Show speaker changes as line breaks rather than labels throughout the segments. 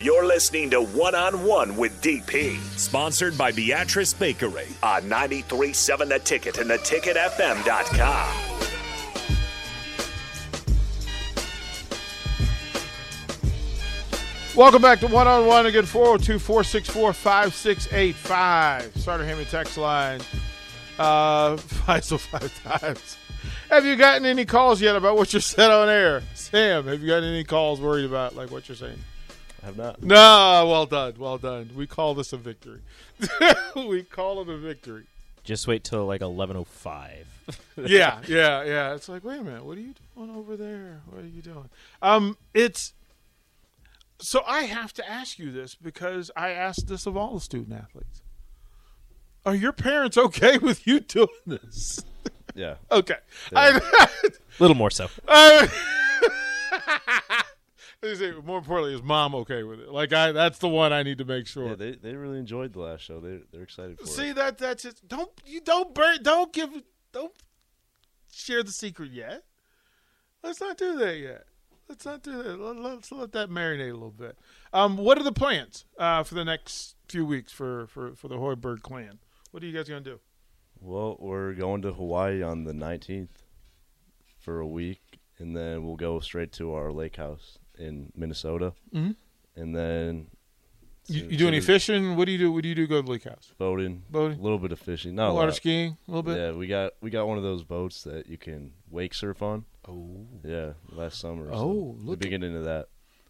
You're listening to One on One with DP
Sponsored by Beatrice Bakery.
on 93.7 The Ticket and theticketfm.com.
Welcome back to One on One again, 402 464 5685. Starter Hammy text line. Uh, five, so five times. Have you gotten any calls yet about what you said on air? Sam, have you gotten any calls worried about like what you're saying?
Have not.
No, well done, well done. We call this a victory. we call it a victory.
Just wait till like eleven oh five.
yeah, yeah, yeah. It's like, wait a minute, what are you doing over there? What are you doing? Um, it's so I have to ask you this because I asked this of all the student athletes. Are your parents okay with you doing this?
Yeah, a
Okay, I,
little more so.
I, I say, more importantly, is mom okay with it? Like, I that's the one I need to make sure.
Yeah, they, they really enjoyed the last show. They they're excited for
See
it.
that that's it. Don't you don't burn don't give don't share the secret yet. Let's not do that yet. Let's not do that. Let, us let that marinate a little bit. Um, what are the plans uh, for the next few weeks for for for the Hoiberg clan? What are you guys gonna do?
Well, we're going to Hawaii on the nineteenth for a week, and then we'll go straight to our lake house in Minnesota, mm-hmm. and then
You, you do any fishing? What do you do? What do you do? Go to the lake house,
boating,
Boating.
a little bit of fishing, not a
water
lot.
skiing, a little bit.
Yeah, we got we got one of those boats that you can wake surf on. Oh, yeah, last summer.
Oh,
so
look
we'll be getting into that.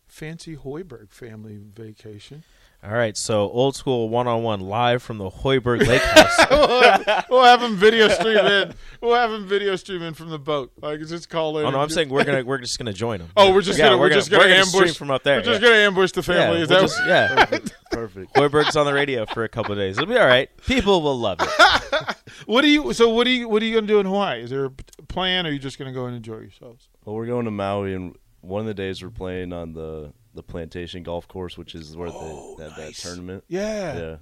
Fancy Hoiberg family vacation.
All right, so old school one on one live from the Hoiberg Lake House.
we'll have them video stream in. We'll have them video stream in from the boat. Like it's just call in.
oh no,
and
I'm
just-
saying we're gonna we're just gonna join them.
Oh, we're just gonna we're, just gonna,
stream
ambush
from up there.
We're just
yeah.
gonna ambush the family.
Yeah,
Is
we'll
that
just- yeah.
Perfect.
Hoiberg's on the radio for a couple of days. It'll be all right. People will love it.
what do you? So what do you? What are you gonna do in Hawaii? Is there a p- plan, or are you just gonna go and enjoy yourselves?
Well, we're going to Maui, and one of the days we're playing on the the plantation golf course, which is where they have that tournament.
Oh, Yeah.
Yeah.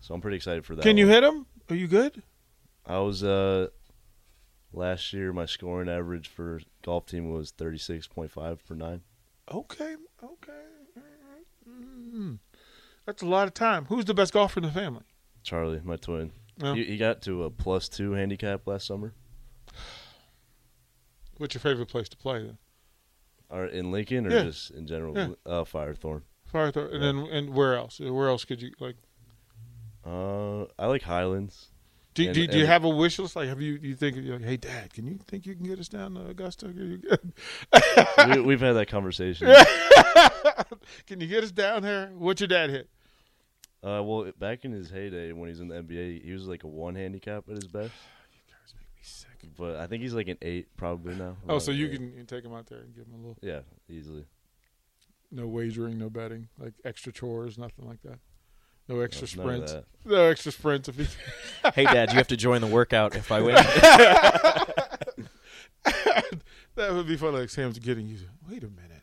So I'm pretty excited for that.
Can you
one.
hit them? Are you good?
I was uh last year my scoring average for golf team was 36.5 per 9.
Okay. Okay. Mm. That's a lot of time. Who's the best golfer in the family?
Charlie, my twin.
Yeah.
He, he got to a plus 2 handicap last summer.
What's your favorite place to play then?
Or in Lincoln or
Yeah.
just in general
Yeah.
uh Firethorn.
Far throw- and then and where else? Where else could you like?
Uh I like Highlands.
Do,
And-
do, do you
and-
have a wish list? Like, have you you think you're like, hey, Dad, can you think you can get us down to Augusta? Can you,
we, we've had that conversation.
can you get us down there? What's your dad hit?
Uh, well, back in his heyday when he was in the NBA, he was like a one handicap at his best. But I think he's like an eight probably now.
Oh, so
around
you
eight.
can, you can take him out there and give him a little
Yeah, easily.
no wagering, no betting, like extra chores, nothing like that. No extra
none of
sprints. No extra sprints. If he,
Hey, Dad, you have to join the workout if I win.
that would be fun. Like Sam's getting you. Wait a minute,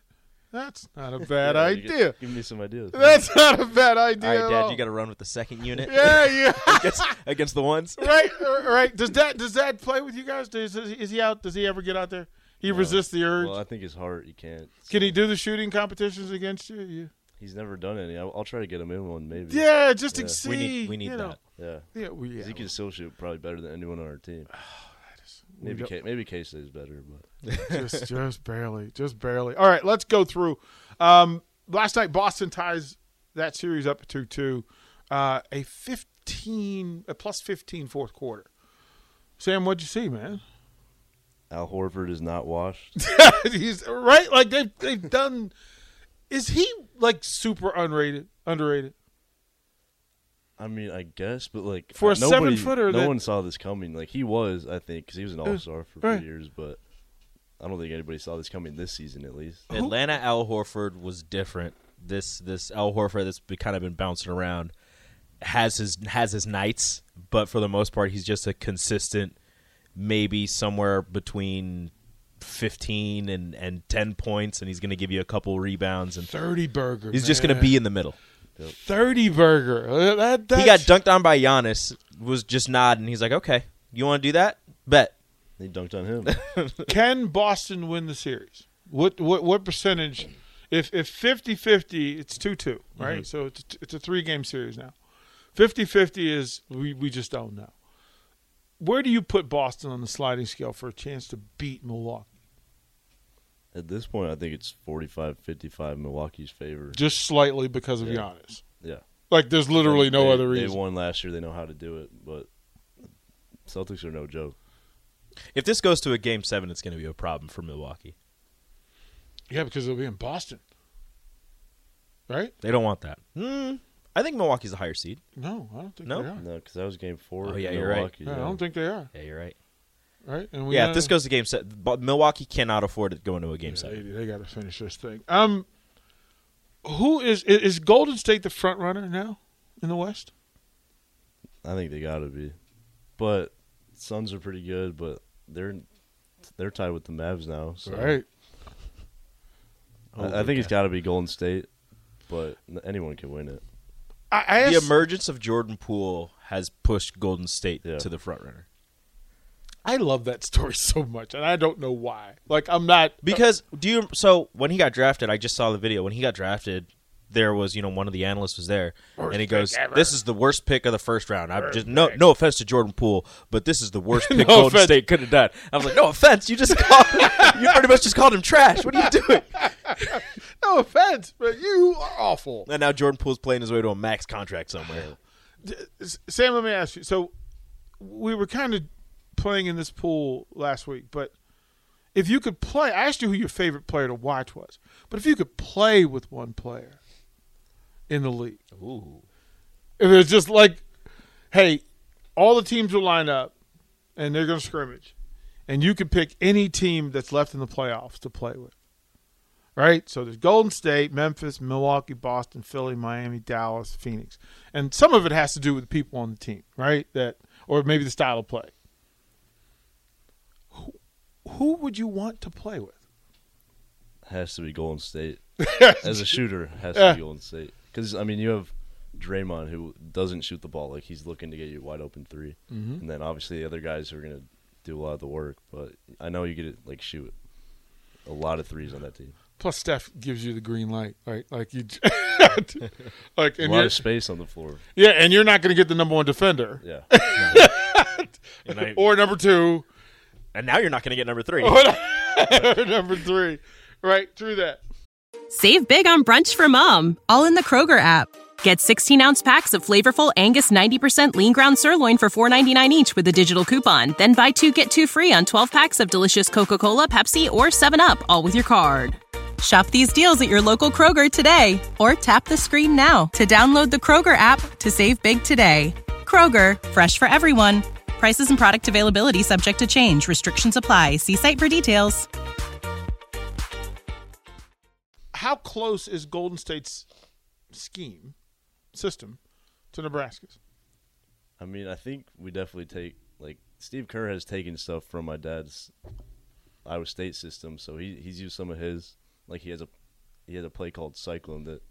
that's not a bad
Yeah, you could-
idea.
Give me some ideas.
That's not a bad idea.
All right,
at
Dad,
all.
you got to run with the second unit
Yeah, yeah.
against, against the ones.
right, uh, right. Does that does that play with you guys? Does is he out? Does he ever get out there? He resists the urge.
well, I think his heart, he can't.
Can he do the shooting competitions against you? You-
He's never done any. I'll, I'll try to get him in one maybe.
Yeah, just
Yeah.
exceed.
We need we
you
need
know.
that.
Yeah.
Yeah, we,
'Cause
yeah.
He can still shoot probably better than anyone on our team. maybe K, maybe Case is better, but
just just barely, just barely. All right, let's go through. Um, last night Boston ties that series up to two, uh, a fifteen, a plus 15 fourth quarter. Sam, what'd you see, man?
Al Horford is not washed.
He's right. Like they've they've done. Is he like super unrated? Underrated?
I mean, I guess, but like
For a
I- nobody-
seven-footer
no
that-
one saw this coming. Like he was, I think, because he was an all star for
right.
few years, but I don't think anybody saw this coming this season, at least.
Atlanta Al Horford was different. This this Al Horford that's be, kind of been bouncing around has his has his nights, but for the most part, he's just a consistent, maybe somewhere between fifteen and and ten points, and he's going to give you a couple rebounds, and
Thirty burger.
he's just going to be in the middle.
thirty burger. Uh, That,
He got
that's-
dunked on by Giannis, was just nodding. He's like, "Okay, you want to do that? Bet."
They dunked on him.
Can Boston win the series? What what what percentage? If if 50-50, it's two two, right?
Mm-hmm.
So it's a, it's a three game series now. 50-50 is we we just don't know. Where do you put Boston on the sliding scale for a chance to beat Milwaukee?
at this point, I think it's 45-55 Milwaukee's favor.
Just slightly because of Giannis.
Yeah.
Like there's literally no
They-
other reason.
They won last year. They know how to do it, but Celtics are no joke.
If this goes to a game seven, it's going to be a problem for Milwaukee.
Yeah, because it'll be in Boston. Right?
They don't want that. Hmm. I think Milwaukee's a higher seed.
No, I don't think
No?
they are.
No, because that was game four.
Oh, yeah,
in
you're right.
Milwaukee,
Yeah, I
yeah.
don't think they are.
Yeah, you're right.
Right? And we
yeah,
know-
if this goes to game seven, but Milwaukee cannot afford it going to a game
They,
seven.
they got to finish this thing. Um, who is i- is Golden State the front runner now in the West?
I think they got to be. But Suns are pretty good, but they're they're tied with the Mavs now. So I, I think it's got to be Golden State, but n- anyone can win it.
I, I
The
asked,
emergence of Jordan Poole has pushed Golden State
Yeah.
to the front runner.
I love that story so much, and I don't know why. Like I'm not
Because do you so when he got drafted, I just saw the video. When he got drafted, there was, you know, one of the analysts was there and he goes, This is the worst pick of the first round. I'm just no no offense to Jordan Poole, but this is the worst pick Golden
offense.
State could have done. I was like, No offense, you just called you pretty much just called him trash. What are you doing?
no offense, but you are awful.
And now Jordan Poole's playing his way to a max contract somewhere.
S- Sam, let me ask you. So we were kind of playing in this pool last week, but if you could play, I asked you who your favorite player to watch was, but if you could play with one player in the league,
Ooh.
If it's just like, hey, all the teams will line up and they're going to scrimmage, and you can pick any team that's left in the playoffs to play with. Right? So there's Golden State, Memphis, Milwaukee, Boston, Philly, Miami, Dallas, Phoenix. And some of it has to do with the people on the team, right? That or maybe the style of play. Who, who would you want to play with?
Has to be Golden State as a shooter. Has to be Golden State because I mean you have Draymond who doesn't shoot the ball like he's looking to get you a wide open 3
Mm-hmm.
and then obviously the other guys are gonna do a lot of the work. But I know you get it like shoot a lot of threes on that team.
Plus Steph gives you the green light, right? Like you like
A
and
lot
you're,
of space on the floor.
yeah, and you're not going to get the number 1 defender.
Yeah,
And, I-
or number two,
and now you're not going to get number three.
or number three, right through that.
Save big on brunch for mom, all in the Kroger app. Get 16 ounce packs of flavorful Angus 90% lean ground sirloin for $4.99 each with a digital coupon. Then buy two get two free on 12 packs of delicious Coca Cola, Pepsi, or 7UP, all with your card. Shop these deals at your local Kroger today or tap the screen now to download the Kroger app to save big today. Kroger, fresh for everyone. Prices and product availability subject to change. Restrictions apply. See site for details.
How close is Golden State's scheme system to Nebraska's?
I mean I think we definitely take like Steve Kerr has taken stuff from my dad's Iowa State system, so he he's used some of his. Like he has a he has a play called Cyclone that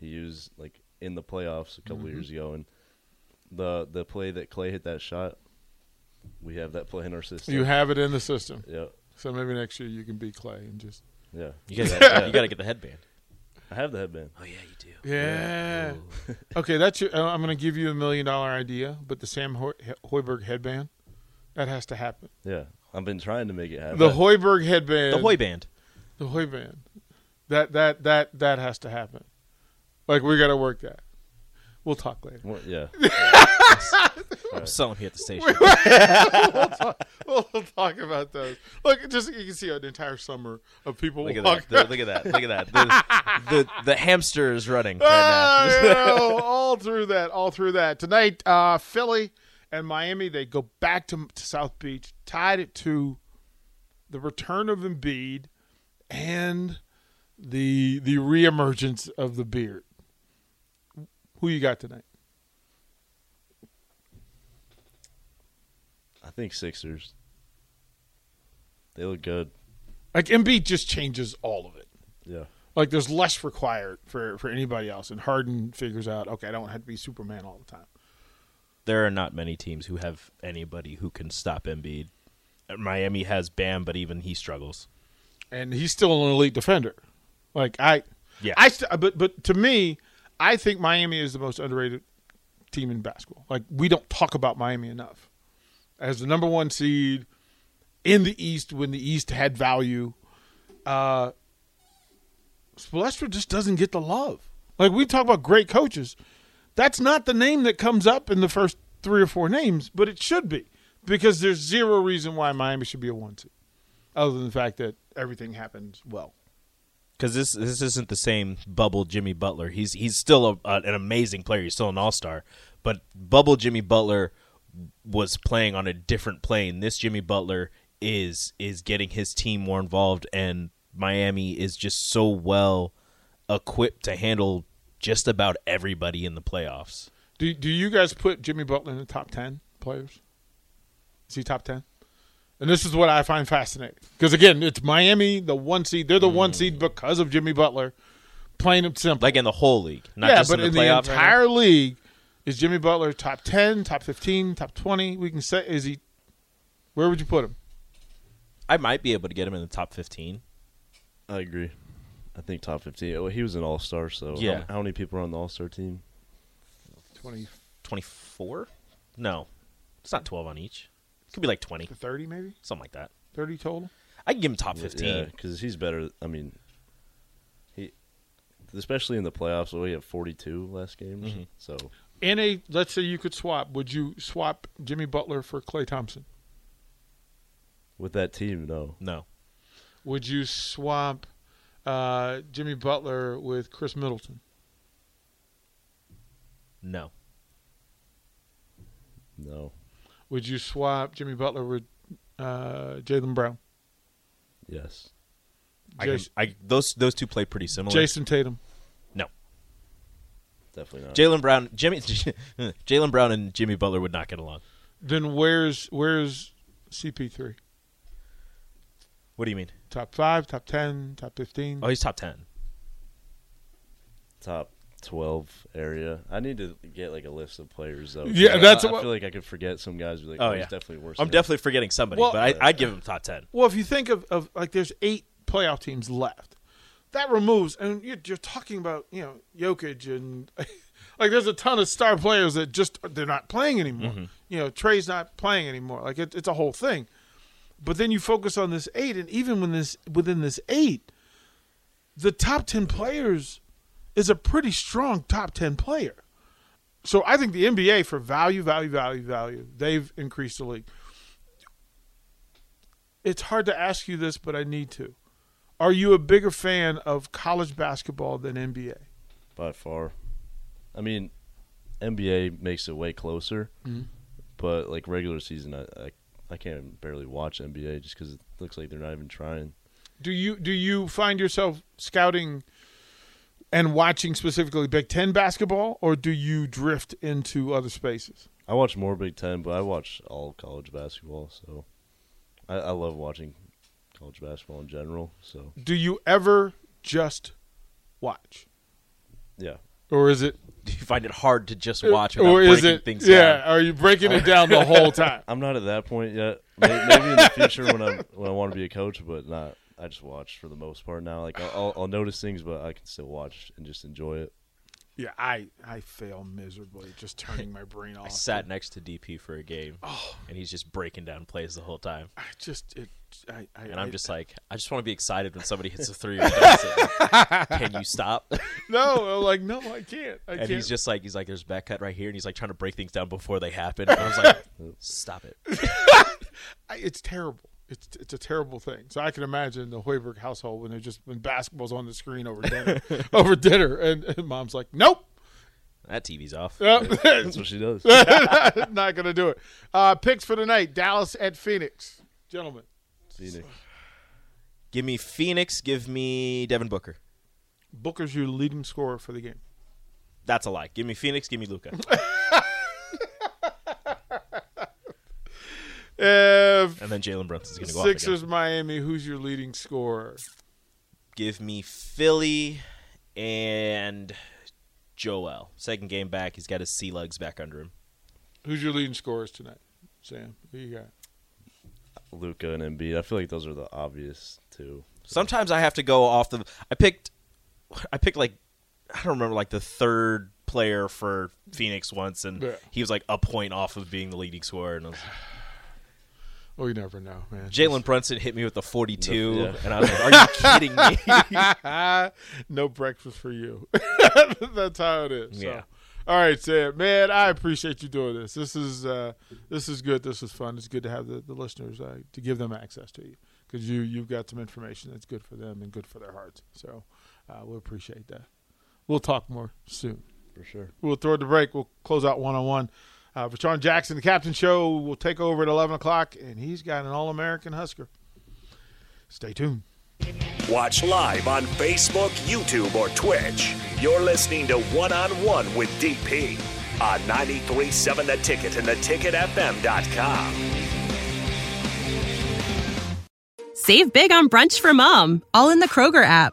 he used like in the playoffs a
Mm-hmm.
couple years ago, and the the play that Clay hit that shot, we have that play in our system.
You have it in the system,
yeah,
so maybe next year you can be Clay and just
yeah.
You got to get the headband.
I have the headband.
Oh, yeah. okay, that's your. uh, I'm going to give you a million dollar idea, but the Sam Ho- Hoiberg headband that has to happen.
Yeah, I've been trying to make it happen.
The Hoiberg headband.
The Hoy band.
The Hoyband. That that that that has to happen. Like we got to work that. We'll talk later.
What- yeah.
I'm selling here at the station.
We'll talk about those. Look, just you can see an entire summer of people
Look at
walking.
that. The- Look at that. Look at that. The, the, the hamster is running right
Ah, you know, all through that, all through that. Tonight, uh, Philly and Miami, they go back to, to South Beach, tied it to the return of Embiid and the the reemergence of the beard. Who you got tonight?
I think Sixers. They look good.
Like Embiid just changes all of it.
Yeah.
Like there's less required for for anybody else, and Harden figures out, okay, I don't have to be Superman all the time.
there are not many teams who have anybody who can stop Embiid. Miami has Bam, but even he struggles.
and he's still an elite defender. Like I,
Yeah.
I. St- but but to me, I think Miami is the most underrated team in basketball. Like we don't talk about Miami enough as the number one seed in the East when the East had value. Uh, Spoelstra just doesn't get the love. Like we talk about great coaches, that's not the name that comes up in the first three or four names, but it should be because there's zero reason why Miami should be a one seed other than the fact that everything happens well.
Because this this isn't the same bubble Jimmy Butler. He's he's still a, a- an amazing player. He's still an all star, but bubble Jimmy Butler was playing on a different plane. This Jimmy Butler is is getting his team more involved, and Miami is just so well equipped to handle just about everybody in the playoffs.
Do do you guys put Jimmy Butler in the top ten players? Is he top ten? And this is what I find fascinating because again, it's Miami, the one seed. They're the one seed because of Jimmy Butler playing him simple.
Mm. Like in the whole league, not
yeah,
just
but
in the playoffs. right now.
entire league, is Jimmy Butler top ten, top fifteen, top twenty? We can say is he? Where would you put him?
I might be able to get him in the top 15.
I agree. I think top 15. Oh, he was an all star, so. how-
Yeah.
How, many people are on the all star team?
Twenty
24? No. It's not 12 on each. It could be like 20,
to thirty, maybe
something like that.
thirty total.
I can give him top 15.
because he's better. I mean, he. Especially in the playoffs, we had 42 last game.
Mm-hmm.
So,
In a let's say you could swap, would you swap Jimmy Butler for Clay Thompson?
with that team, no.
No.
would you swap uh, Jimmy Butler with Chris Middleton?
No.
No.
Would you swap Jimmy Butler with uh, Jalen Brown,
Yes.
I can,
Jas-
I, those those two play pretty similar.
Jason Tatum?
No.
Definitely not.
Jalen Brown, Jimmy Jalen Brown and Jimmy Butler would not get along.
Then where's where's CP3?
What do you mean?
Top five, top ten, top fifteen.
Oh, he's top 10.
top 12 area. I need to get like a list of players though.
Yeah,
I-
that's
I, I
what-
feel like I could forget some guys. Be like,
Oh,
oh,
yeah.
he's definitely worse.
I'm
than him."
definitely forgetting somebody,
Well-
but I, I'd give him top 10.
Well, if you think of, of like there's eight playoff teams left, that removes, and you're, you're talking about you know Jokic and like there's a ton of star players that just they're not playing anymore. You know Trey's not playing anymore. Like it, it's a whole thing. But then you focus on this eight, and even when this within this eight, the top ten players is a pretty strong top ten player. So I think the NBA for value, value, value, value, they've increased the league it's hard to ask you this, but I need to. Are you a bigger fan of college basketball than NBA?
by far. I mean, NBA makes it way closer, but like regular season, I, I I can't even barely watch NBA just because it looks like they're not even trying.
Do you do you find yourself scouting and watching specifically Big Ten basketball, or do you drift into other spaces?
I watch more Big Ten, but I watch all college basketball. So I, I love watching college basketball in general. So
Do you ever just watch,
yeah,
or is it,
Do you find it hard to just watch without
Uh, or is
breaking
it,
things
yeah?
down?
Are you breaking it down the whole time?
I'm not at that point yet. May- Maybe in the future when I when I want to be a coach, but not. I just watch for the most part now. Like I'll, I'll, I'll notice things, but I can still watch and just enjoy it.
Yeah, I I fail miserably, just turning my brain off. Oh.
I sat next to DP for a game, and he's just breaking down plays the whole time.
I just it I, I,
and I'm
I-
just like, I just want to be excited when somebody hits a three. Or does it. Can you stop?
no, I'm like, no, I can't. I
And
can't.
he's just like, he's like, there's a back cut right here, and he's like trying to break things down before they happen. And I was like, stop it.
I, it's terrible. It's it's a terrible thing. So I can imagine the Hoiberg household when they just when basketball's on the screen over dinner, over dinner, and, and mom's like, nope,
That TV's off.
Nope.
That's what she does.
not gonna do it. Uh, picks for tonight: Dallas at Phoenix, gentlemen.
Phoenix.
Give me Phoenix. Give me Devin Booker.
Booker's your leading scorer for the game.
That's a lie. Give me Phoenix. Give me Luca.
If
And then Jalen Brunson's gonna go off
Uh, Sixers
again.
Miami, who's your leading scorer?
Give me Philly and Joel. Second game back. He's got his sea legs back under him.
Who's your leading scorers tonight, Sam? Who you got?
Luca and Embiid. I feel like those are the obvious two.
Sometimes I have to go off the. I picked, I picked like, I don't remember like the third player for Phoenix once, and
Yeah.
he was like a point off of being the leading scorer. And I was,
Oh, you never know, man.
Jalen Brunson hit me with the forty-two,
Yeah.
and I was like, "Are you kidding me?"
no breakfast for you. That's how it is. so.
Yeah.
All right, Sam. Man, I appreciate you doing this. This is uh, this is good. This is fun. It's good to have the, the listeners uh, to give them access to you because you you've got some information that's good for them and good for their hearts. So uh, we appreciate that. We'll talk more soon.
For sure.
We'll throw it to break. We'll close out one on one. Uh, for Sean Jackson, the captain show will take over at 11 o'clock, and he's got an All American Husker. Stay tuned.
Watch live on Facebook, YouTube, or Twitch. You're listening to One on One with DP on 93.7 The Ticket and theticketfm.com.
Save big on brunch for mom, all in the Kroger app.